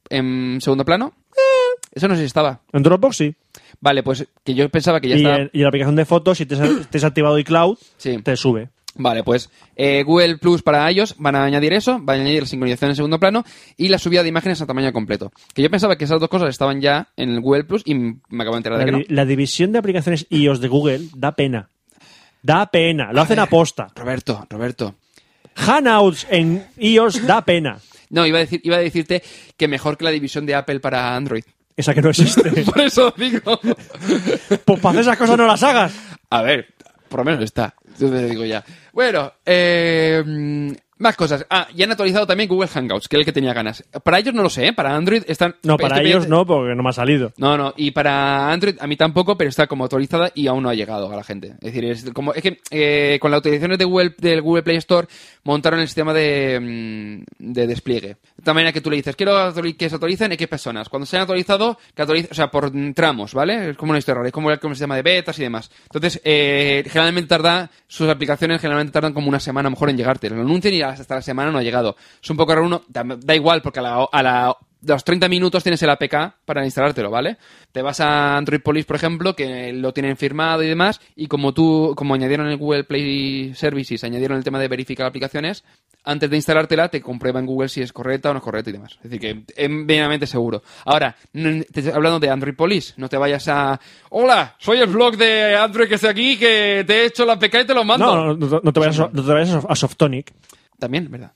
Speaker 3: en segundo plano. Eh, Eso no sé si estaba.
Speaker 2: En Dropbox sí.
Speaker 3: Vale, pues que yo pensaba que ya
Speaker 2: y,
Speaker 3: estaba.
Speaker 2: en- y en la aplicación de fotos, si te has, te has activado iCloud,
Speaker 3: Sí.
Speaker 2: te sube.
Speaker 3: Vale, pues eh, Google Plus para ellos van a añadir eso, van a añadir la sincronización en segundo plano y la subida de imágenes a tamaño completo. Que yo pensaba que esas dos cosas estaban ya en el Google Plus y m- me acabo de enterar
Speaker 2: La,
Speaker 3: de que no.
Speaker 2: di- la división de aplicaciones iOS de Google da pena. Da pena. Lo hacen aposta.
Speaker 3: Roberto, Roberto.
Speaker 2: Hangouts en iOS da pena.
Speaker 3: No, iba a, decir, iba a decirte que mejor que la división de Apple para Android. <laughs>
Speaker 2: Esa que no existe.
Speaker 3: Por eso digo.
Speaker 2: pues para hacer esas cosas no las hagas.
Speaker 3: A ver, por lo menos está. Yo te digo ya. Bueno, eh, mm, más cosas. Ah, y han actualizado también Google Hangouts, que es el que tenía ganas. Para ellos no lo sé, ¿eh? para Android están.
Speaker 2: No, para
Speaker 3: estoy
Speaker 2: ellos
Speaker 3: pendiente-
Speaker 2: no, porque no me ha salido.
Speaker 3: No, no, y para Android a mí tampoco, pero está como autorizada y aún no ha llegado a la gente. Es decir, es como es que eh, con las autorizaciones de Google, del Google Play Store montaron el sistema de, mm, de despliegue. De tal manera que tú le dices, quiero autori- que se autoricen X personas. Cuando se han autorizado, que autorice, o sea, por mm, tramos, ¿vale? Es como una historia, rara, es como, el- como el sistema de betas y demás. Entonces, eh, generalmente tarda, sus aplicaciones generalmente tardan como una semana a lo mejor en llegarte. Lo anuncian y hasta la semana no ha llegado. Es un poco raro uno, da, da igual, porque a la, a la de los 30 minutos tienes el APK para instalártelo, ¿vale? Te vas a Android Police, por ejemplo, que lo tienen firmado y demás, y como tú, como añadieron el Google Play Services, añadieron el tema de verificar aplicaciones, antes de instalártela te comprueba en Google si es correcta o no es correcta y demás. Es decir, que es medianamente seguro. Ahora, no- te estoy hablando de Android Police, no te vayas a... Hola, soy el blog de Android que está aquí, que te he hecho la APK y te lo mando.
Speaker 2: No, no, no- no te vayas, a- no te vayas a Softonic.
Speaker 3: También, ¿verdad?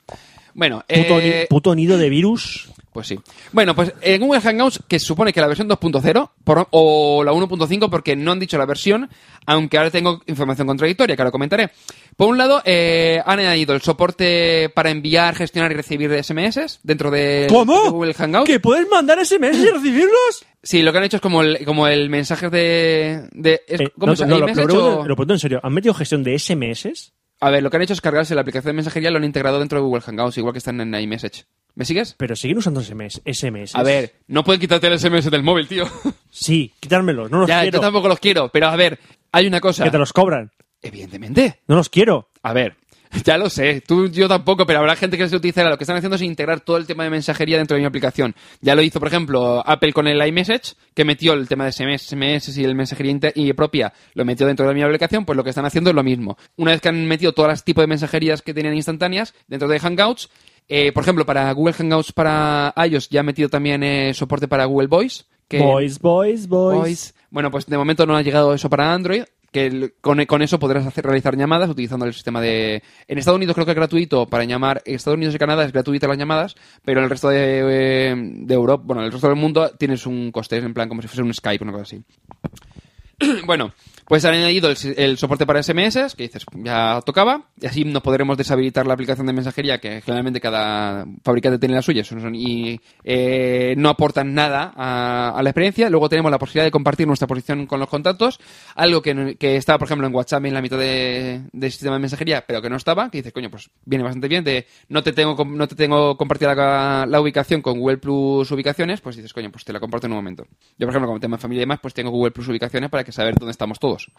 Speaker 3: Bueno,
Speaker 2: Puto,
Speaker 3: eh,
Speaker 2: ni- puto nido de virus.
Speaker 3: pues sí. Bueno, pues en Google Hangouts, que se supone que la versión 2.0 por- o la 1.5, porque no han dicho la versión, aunque ahora tengo información contradictoria, que ahora comentaré. Por un lado, eh, han añadido el soporte para enviar, gestionar y recibir SMS dentro de, de Google Hangouts.
Speaker 2: ¿Que puedes mandar SMS y recibirlos?
Speaker 3: Sí, lo que han hecho es como el, como el mensaje de... de es-
Speaker 2: Eh,
Speaker 3: ¿Cómo
Speaker 2: no,
Speaker 3: se
Speaker 2: no,
Speaker 3: el
Speaker 2: lo, lo
Speaker 3: message
Speaker 2: pregunto,
Speaker 3: o-
Speaker 2: lo pregunto en serio. ¿Han metido gestión de SMS?
Speaker 3: A ver, lo que han hecho es cargarse la aplicación de mensajería y lo han integrado dentro de Google Hangouts, igual que están en iMessage. ¿Me sigues?
Speaker 2: Pero siguen usando SMS. SMS.
Speaker 3: A ver, no pueden quitarte el SMS del móvil, tío.
Speaker 2: Sí, quitármelos. No los
Speaker 3: ya,
Speaker 2: quiero.
Speaker 3: yo tampoco los quiero, pero a ver, hay una cosa.
Speaker 2: Que te los cobran.
Speaker 3: Evidentemente.
Speaker 2: No los quiero.
Speaker 3: A ver, <laughs> ya lo sé, tú, yo tampoco, pero habrá gente que se utilizará. Lo que están haciendo es integrar todo el tema de mensajería dentro de mi aplicación. Ya lo hizo, por ejemplo, Apple con el iMessage, que metió el tema de SMS, SMS y el mensajería inter- y propia, lo metió dentro de mi aplicación, pues lo que están haciendo es lo mismo. Una vez que han metido todas las tipos de mensajerías que tienen instantáneas dentro de Hangouts, eh, por ejemplo, para Google Hangouts para iOS ya ha metido también eh, soporte para Google Voice. Que
Speaker 2: Boys, boys, boys.
Speaker 3: Voice. Bueno, pues de momento no ha llegado eso para Android, que el- con, con eso podrás hacer, realizar llamadas utilizando el sistema de... En Estados Unidos creo que es gratuito para llamar, en Estados Unidos y Canadá es gratuita las llamadas, pero en el resto de, eh, de Europa, bueno, en el resto del mundo tienes un coste, es en plan como si fuese un Skype o una cosa así. <clears throat> Bueno, pues han añadido el, el soporte para SMS, que dices, ya tocaba, y así nos podremos deshabilitar la aplicación de mensajería, que generalmente cada fabricante tiene la suya, son- son- y eh, no aportan nada a, a la experiencia. Luego tenemos la posibilidad de compartir nuestra posición con los contactos, algo que, no- que estaba, por ejemplo, en WhatsApp en la mitad de- del sistema de mensajería, pero que no estaba, que dices, coño, pues viene bastante bien, de no te tengo, com- no te tengo compartida la, la ubicación con Google Plus ubicaciones, pues dices, coño, pues te la comparto en un momento. Yo, por ejemplo, como tema de familia y demás, pues tengo Google Plus ubicaciones para que saber dónde estamos todos.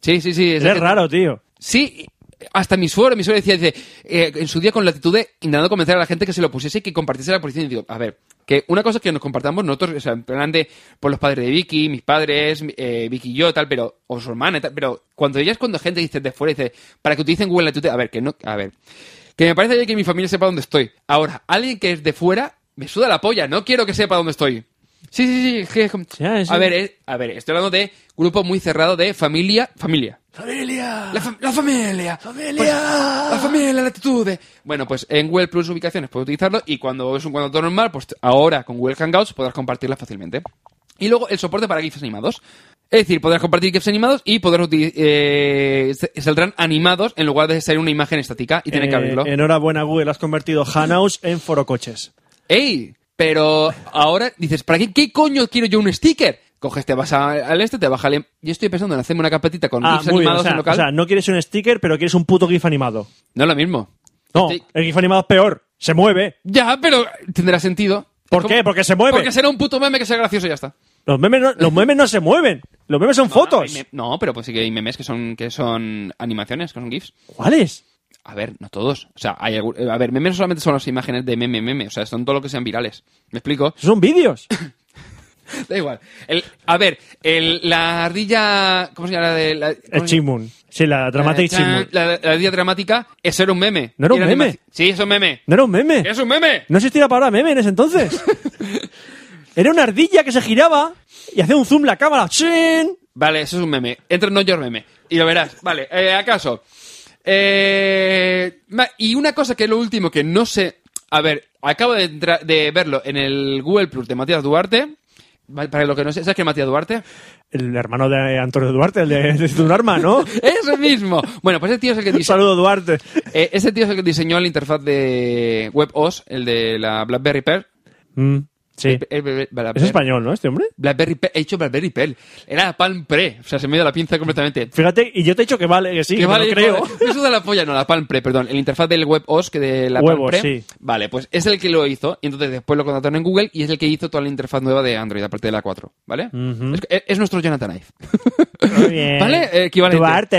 Speaker 3: Sí, sí, sí.
Speaker 2: Es
Speaker 3: la gente-
Speaker 2: raro, tío.
Speaker 3: Sí, hasta mi suegro, mi suegro decía, dice, eh, en su día con latitud de intentando convencer a la gente que se lo pusiese y que compartiese la posición. Y digo, a ver, que una cosa es que nos compartamos nosotros, o sea, en plan de, por los padres de Vicky, mis padres, mi- eh, Vicky y yo, tal, pero, o su hermana, y tal, pero cuando ya es cuando gente dice de fuera, dice, para que utilicen Google Latitude, a ver, que no, a ver, que me parece bien que mi familia sepa dónde estoy. Ahora, alguien que es de fuera, me suda la polla, no quiero que sepa dónde estoy. Sí, sí, sí, es que es como-
Speaker 2: Ya, sí.
Speaker 3: A ver, es- a ver, estoy hablando de grupo muy cerrado de familia, familia.
Speaker 2: ¡Familia!
Speaker 3: La, fam- la familia.
Speaker 2: ¡Familia!
Speaker 3: Pues, la familia, la latitud. de- Bueno, pues en Google Plus ubicaciones puedes utilizarlo y cuando es un cuadro normal, pues ahora con Google Hangouts podrás compartirlas fácilmente. Y luego el soporte para GIFs animados. Es decir, podrás compartir GIFs animados y podrás uti- eh, se- saldrán animados en lugar de ser una imagen estática y tener que
Speaker 2: Eh,
Speaker 3: abrirlo.
Speaker 2: Enhorabuena, Google. Has convertido Hanaus en forocoches.
Speaker 3: ¡Ey! Pero ahora dices, ¿para qué, qué coño quiero yo un sticker? Coges, te vas a- al este, te bajas al... Yo estoy pensando en hacerme una carpetita con
Speaker 2: Ah,
Speaker 3: GIFs
Speaker 2: muy bien.
Speaker 3: animados
Speaker 2: O sea,
Speaker 3: en local.
Speaker 2: o sea, no quieres un sticker, pero quieres un puto GIF animado.
Speaker 3: no es lo mismo.
Speaker 2: No,
Speaker 3: Estoy-
Speaker 2: el GIF animado es peor. Se mueve.
Speaker 3: Ya, pero tendrá sentido.
Speaker 2: ¿Por
Speaker 3: Es como-
Speaker 2: qué? Porque se mueve.
Speaker 3: Porque será un puto meme que sea gracioso y ya está.
Speaker 2: Los memes no, los memes no se mueven. Los memes son fotos.
Speaker 3: No, hay me- no, pero pues sí que hay memes que son, que son animaciones, que son GIFs.
Speaker 2: ¿Cuáles?
Speaker 3: A ver, no todos. O sea, hay algún- A ver, memes no solamente son las imágenes de meme, meme. O sea, son todo lo que sean virales. ¿Me explico?
Speaker 2: Son vídeos.
Speaker 3: <laughs> Da igual. El- a ver, el- la ardilla. ¿Cómo se llama? La de- la- ¿cómo
Speaker 2: Es
Speaker 3: se-
Speaker 2: Chimun. Sí, la Dramatic
Speaker 3: Chan,
Speaker 2: Chimun.
Speaker 3: La, la ardilla dramática, eso era un meme.
Speaker 2: ¿No era un meme?
Speaker 3: animaci- Sí, es
Speaker 2: <laughs>
Speaker 3: un meme.
Speaker 2: No era un meme.
Speaker 3: ¡Es un meme!
Speaker 2: No existía la palabra meme en ese
Speaker 3: <laughs>
Speaker 2: entonces. era una ardilla que se giraba y hacía un zoom la cámara. ¡Chin!
Speaker 3: Vale, eso es un meme. Entra en No Your Meme y lo verás. Vale, eh, acaso. Eh, ma- y una cosa que es lo último que no sé. A ver, acabo de, entra- de verlo en el Google Plus de Matías Duarte. Va- Para lo que no sé, ¿sabes quién es Matías Duarte? <laughs>
Speaker 2: El hermano de Antonio Duarte, el de, de un arma,
Speaker 3: <laughs>
Speaker 2: ¿no?
Speaker 3: ¡Eso mismo! Bueno, pues ese tío es el que
Speaker 2: Un <laughs>
Speaker 3: diseñó,
Speaker 2: saludo, Duarte.
Speaker 3: eh, ese tío es el que diseñó la interfaz de WebOS, el de la BlackBerry Pearl.
Speaker 2: Mm, sí.
Speaker 3: El- el- el-
Speaker 2: Es español, ¿no? Este hombre.
Speaker 3: BlackBerry Pearl, he dicho BlackBerry Pearl. Era Palm Pre, o sea, se me dio la pinza completamente.
Speaker 2: Fíjate, y yo te he dicho que vale, que sí,
Speaker 3: Que
Speaker 2: que
Speaker 3: vale,
Speaker 2: lo creo.
Speaker 3: joder, Eso de la polla, no, la Palm Pre, perdón. El interfaz del WebOS que de la
Speaker 2: Huevos,
Speaker 3: Palm Pre.
Speaker 2: sí.
Speaker 3: Vale, pues es el que lo hizo. Y entonces después lo contrataron en Google y es el que hizo toda la interfaz nueva de Android, aparte de la 4. ¿Vale?
Speaker 2: Ujú.
Speaker 3: es, es- es nuestro Jonathan Ive.
Speaker 2: Muy bien.
Speaker 3: <laughs> ¿Vale? Eh, equivalente.
Speaker 2: Duarte.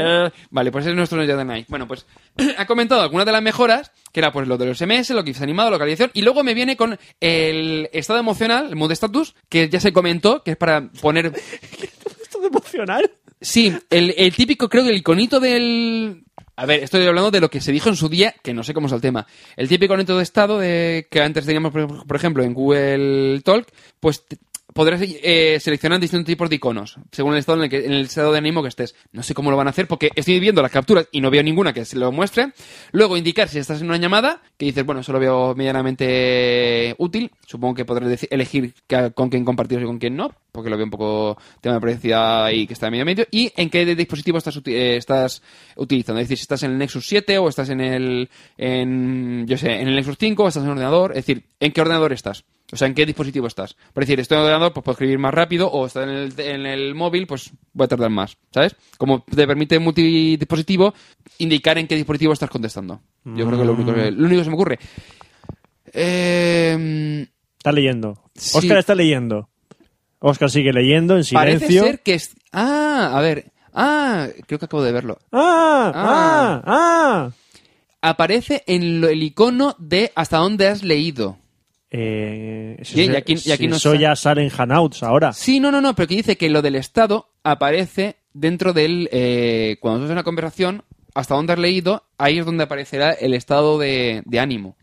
Speaker 3: Duarte. Vale, pues es nuestro Jonathan Ive. Bueno, pues <clears throat> ha comentado algunas de las mejoras, que era pues lo de los SMS, lo que animado, localización. Y luego me viene con el estado emocional, el mood status, que ya se comentó, que es para poner
Speaker 2: Esto es emocional.
Speaker 3: Sí, el, el típico, creo que el iconito del. A ver, estoy hablando de lo que se dijo en su día, que no sé cómo es el tema. El típico iconito de estado de que antes teníamos, por por ejemplo, en Google Talk, pues te- podrás eh, seleccionar distintos tipos de iconos, según el estado en el, que- en el estado de ánimo que estés. No sé cómo lo van a hacer, porque estoy viendo las capturas y no veo ninguna que se lo muestre. Luego indicar si estás en una llamada, que dices, bueno, eso lo veo medianamente útil. Supongo que podrás deci- elegir ca- con quién compartirlo y con quién no, porque lo veo un poco tema de privacidad y que está en medio medio. Y en qué dispositivo estás, uti- eh, estás utilizando. Es decir, si estás en el Nexus 7 o estás en el, en, yo sé, en el Nexus 5 o estás en un ordenador. Es decir, ¿en qué ordenador estás? O sea, ¿en qué dispositivo estás? Por decir, estoy en el ordenador, pues puedo escribir más rápido, o está en el, en el móvil, pues voy a tardar más, ¿sabes? Como te permite multidispositivo indicar en qué dispositivo estás contestando. Yo creo que lo único que, lo único que se me ocurre. Eh,
Speaker 2: Está leyendo.
Speaker 3: Sí.
Speaker 2: Oscar está leyendo. Oscar sigue leyendo en
Speaker 3: parece
Speaker 2: silencio.
Speaker 3: ser que... es- Ah, a ver. Ah, creo que acabo de verlo.
Speaker 2: ¡Ah!
Speaker 3: Ah.
Speaker 2: ¡Ah! ¡Ah!
Speaker 3: Aparece en lo- el icono de hasta dónde has leído.
Speaker 2: Eh, si
Speaker 3: Y- y
Speaker 2: eso-
Speaker 3: aquí- y aquí
Speaker 2: si
Speaker 3: no
Speaker 2: eso
Speaker 3: sale.
Speaker 2: ya sale en Hanouts ahora.
Speaker 3: Sí, no, no, no, pero que dice que lo del Estado aparece dentro del... eh, cuando tú haces una conversación, hasta donde has leído, ahí es donde aparecerá el estado de, de ánimo.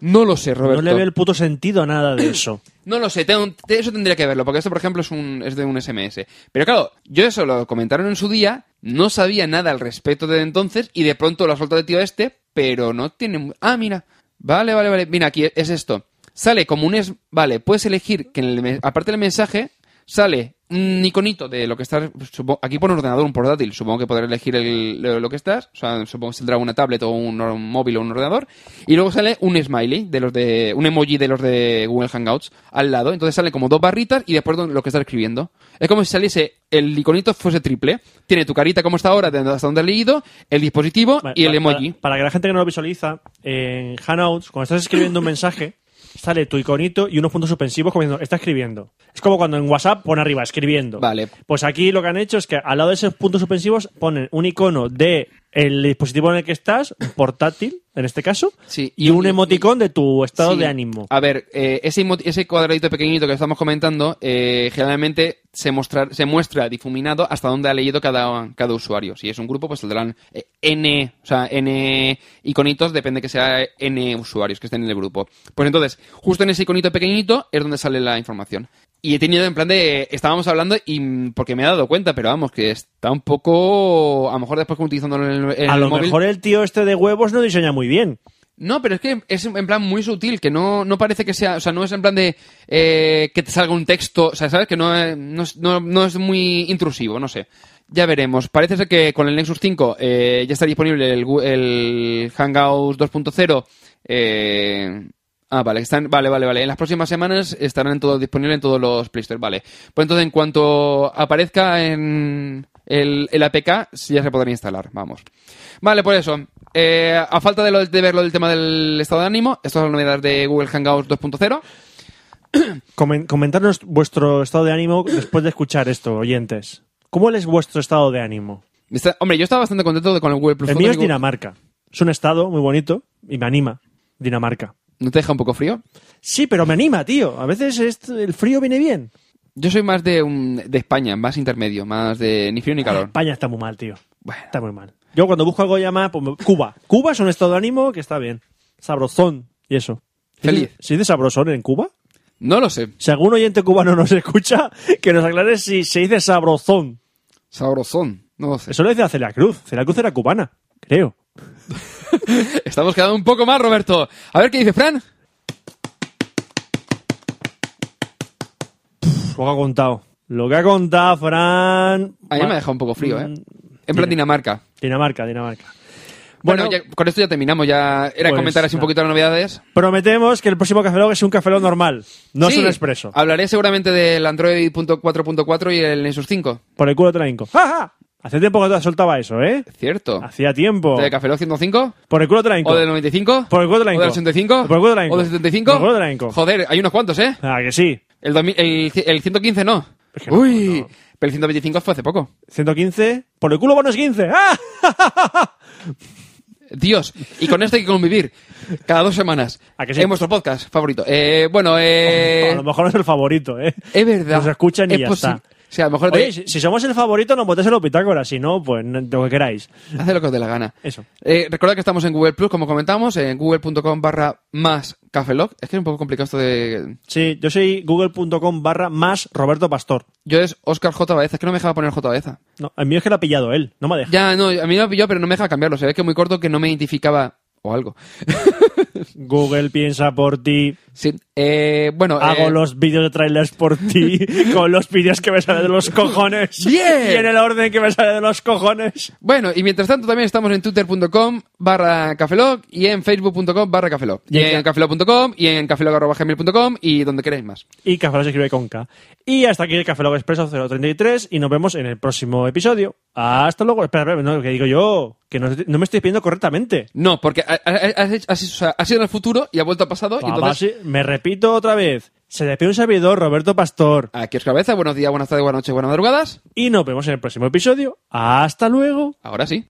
Speaker 3: No lo sé, Roberto.
Speaker 2: No le veo el puto sentido a nada de eso.
Speaker 3: No lo sé, tengo- te- eso tendría que verlo, porque esto, por ejemplo, es, un, es de un SMS. Pero claro, yo eso lo comentaron en su día, no sabía nada al respecto de entonces, y de pronto lo ha soltado el tío este, pero no tiene... mu- Ah, mira, vale, vale, vale, mira, aquí es esto. Sale como un... Es... Vale, puedes elegir que en el me- aparte del mensaje, sale un iconito de lo que estás... supo- Aquí pone un ordenador, un portátil, supongo que podrás elegir el- lo, lo que estás, o sea, supongo que saldrá una tablet o un, or- un móvil o un ordenador, y luego sale un smiley de los de... un emoji de los de Google Hangouts al lado, entonces sale como dos barritas y después lo que estás escribiendo. Es como si saliese el iconito fuese triple, tiene tu carita como está ahora, de hasta donde has leído, el dispositivo
Speaker 2: Vale,
Speaker 3: y el
Speaker 2: pa- para-
Speaker 3: emoji.
Speaker 2: Para, que la gente que no lo visualiza, en Hanouts, cuando estás escribiendo un mensaje, sale tu iconito y unos puntos suspensivos como diciendo, está escribiendo. Es como cuando en WhatsApp pone arriba, escribiendo.
Speaker 3: Vale.
Speaker 2: Pues aquí lo que han hecho es que al lado de esos puntos suspensivos ponen un icono de el dispositivo en el que estás, portátil, en este caso,
Speaker 3: Sí,
Speaker 2: y,
Speaker 3: y-
Speaker 2: un emoticón de tu estado
Speaker 3: Sí.
Speaker 2: de ánimo.
Speaker 3: A ver, eh, ese, imo- ese cuadradito pequeñito que estamos comentando, eh, generalmente se, mostrar, se muestra difuminado hasta donde ha leído cada, cada usuario. Si es un grupo, pues saldrán eh, N, o sea, N iconitos, depende que sea N usuarios que estén en el grupo. Pues entonces, justo en ese iconito pequeñito es donde sale la información. Y he tenido en plan de. Estábamos hablando y mm, porque me he dado cuenta, pero vamos, que está un poco. A lo mejor después que utilizándolo en el, en
Speaker 2: a
Speaker 3: el
Speaker 2: lo
Speaker 3: móvil.
Speaker 2: mejor el tío este de huevos no diseña muy bien.
Speaker 3: No, pero es que es en plan muy sutil, que no, no parece que sea, o sea, no es en plan de eh, que te salga un texto, o sea, ¿sabes? Que no, eh, no, es- no- no es muy intrusivo, no sé. Ya veremos. Parece ser que con el Nexus 5 eh, ya está disponible el, Gu- el Hangouts 2.0. eh, ah, vale, están, vale, vale, vale. En las próximas semanas estarán todo disponible en todos los Play Store, vale. Pues entonces, en cuanto aparezca en el, el APK, ya se podrá instalar, vamos. Vale, por eso. Eh, a falta de, lo, de ver lo del tema del estado de ánimo, esto es la novedad de Google Hangouts 2.0.
Speaker 2: Comen- comentarnos vuestro estado de ánimo después de escuchar esto, oyentes. ¿Cómo es vuestro estado de ánimo?
Speaker 3: Está- hombre, yo estaba bastante contento de- con el Google Plus
Speaker 2: El
Speaker 3: Photos
Speaker 2: mío
Speaker 3: y
Speaker 2: es
Speaker 3: Google-
Speaker 2: Dinamarca. Es un estado muy bonito y me anima. Dinamarca.
Speaker 3: ¿No te deja un poco frío?
Speaker 2: Sí, pero me anima, tío. A veces es- el frío viene bien.
Speaker 3: Yo soy más de, un- de España, más intermedio, más de ni frío
Speaker 2: <laughs>
Speaker 3: ni calor.
Speaker 2: España está muy mal, tío.
Speaker 3: Bueno.
Speaker 2: Está muy mal. Yo cuando busco algo ya más, pues me- Cuba. Cuba es un estado de ánimo que está bien. Sabrosón y eso.
Speaker 3: Feliz.
Speaker 2: ¿Se dice sabrosón en Cuba?
Speaker 3: No lo sé.
Speaker 2: Si algún oyente cubano nos escucha, que nos aclare si se dice sabrosón.
Speaker 3: Sabrosón. No lo sé.
Speaker 2: Eso lo dice a Celia Cruz. Celia Cruz era cubana, creo.
Speaker 3: Estamos quedando un poco más, Roberto. A ver qué dice Fran.
Speaker 2: Lo que ha contado. Lo que ha contado Fran.
Speaker 3: A mí me ha
Speaker 2: Ma-
Speaker 3: dejado un poco frío, ¿eh?
Speaker 2: Mm,
Speaker 3: En plan Dinamarca.
Speaker 2: Dinamarca, Dinamarca.
Speaker 3: Bueno,
Speaker 2: Bueno,
Speaker 3: ya- con esto ya terminamos. Ya era
Speaker 2: Pues,
Speaker 3: comentar así un
Speaker 2: nada.
Speaker 3: poquito las novedades.
Speaker 2: prometemos que el próximo Café Log es un Café Log normal. No
Speaker 3: Sí,
Speaker 2: es un expreso.
Speaker 3: Hablaré seguramente del Android punto 4.4 y el Nexus 5.
Speaker 2: Por el culo te la hinco. ¡Ja, ja! Hace tiempo que te soltaba eso, ¿eh?
Speaker 3: Cierto.
Speaker 2: Hacía tiempo.
Speaker 3: ¿De Café Lock 105?
Speaker 2: Por el culo te la hinco.
Speaker 3: ¿O del 95?
Speaker 2: oh. Por el culo te la
Speaker 3: ¿O
Speaker 2: hinco.
Speaker 3: del 85?
Speaker 2: Por el culo te la hinco.
Speaker 3: ¿O del 75?
Speaker 2: Por el culo te la hinco.
Speaker 3: Joder, hay unos cuantos, ¿eh?
Speaker 2: Ah, que sí.
Speaker 3: El, 2000 el, el 115 no.
Speaker 2: Es que no,
Speaker 3: Uy,
Speaker 2: no.
Speaker 3: pero el 125 fue hace poco.
Speaker 2: 115. Por el culo bonus 15. ¡Ah!
Speaker 3: Dios, y con esto hay que convivir cada dos semanas.
Speaker 2: ¿A que sí?
Speaker 3: En vuestro podcast favorito. Eh, bueno, eh,
Speaker 2: <laughs> A lo mejor no es el favorito, ¿eh?
Speaker 3: es verdad.
Speaker 2: Nos escuchan y
Speaker 3: Es
Speaker 2: ya
Speaker 3: posi-
Speaker 2: está.
Speaker 3: O sea, a lo mejor
Speaker 2: Oye, si, si somos el favorito, nos votéis en los Pitágoras. Si no, pues no- lo que queráis.
Speaker 3: te hace lo que os dé la gana.
Speaker 2: Eso.
Speaker 3: Eh, recordad que estamos en Google Plus, como comentamos, en google.com barra más cafelog. Es que es un poco complicado esto de.
Speaker 2: Sí, yo soy google.com barra más Roberto Pastor.
Speaker 3: Yo es Oscar J. Baeza, es que no me dejaba poner J. Baeza.
Speaker 2: No, el mío es que lo ha pillado él. No me deja.
Speaker 3: Ya, no, a mí me pilló, pero no me deja cambiarlo. Se ve que es muy corto que no me identificaba o algo.
Speaker 2: Google piensa por ti.
Speaker 3: Sí. Eh, bueno.
Speaker 2: Hago
Speaker 3: eh,
Speaker 2: los vídeos de trailers por <laughs> ti. con los vídeos que me salen de los cojones.
Speaker 3: Bien.
Speaker 2: Y en el orden que me sale de los cojones.
Speaker 3: Bueno, y mientras tanto también estamos en twitter.com barra cafelog y en facebook.com barra cafelog. Y
Speaker 2: Y en
Speaker 3: en cafelog.com y en cafelog.gmail.com y donde queréis más.
Speaker 2: Y Café Lock se escribe con K. Y hasta aquí el Café Lock Expreso 033 y nos vemos en el próximo episodio. Hasta luego. Espera, espera, no, que digo yo, que no, no me estoy pidiendo correctamente.
Speaker 3: No, porque ha- ha- has, hecho- has- o sea, has ido en el futuro y ha vuelto al pasado. y
Speaker 2: Papá,
Speaker 3: entonces,
Speaker 2: sí, me repito otra vez. Se despide un servidor, Roberto Pastor.
Speaker 3: aquí es cabeza. Buenos días, buenas tardes, buenas noches, buenas madrugadas.
Speaker 2: Y nos vemos en el próximo episodio. Hasta luego.
Speaker 3: Ahora sí.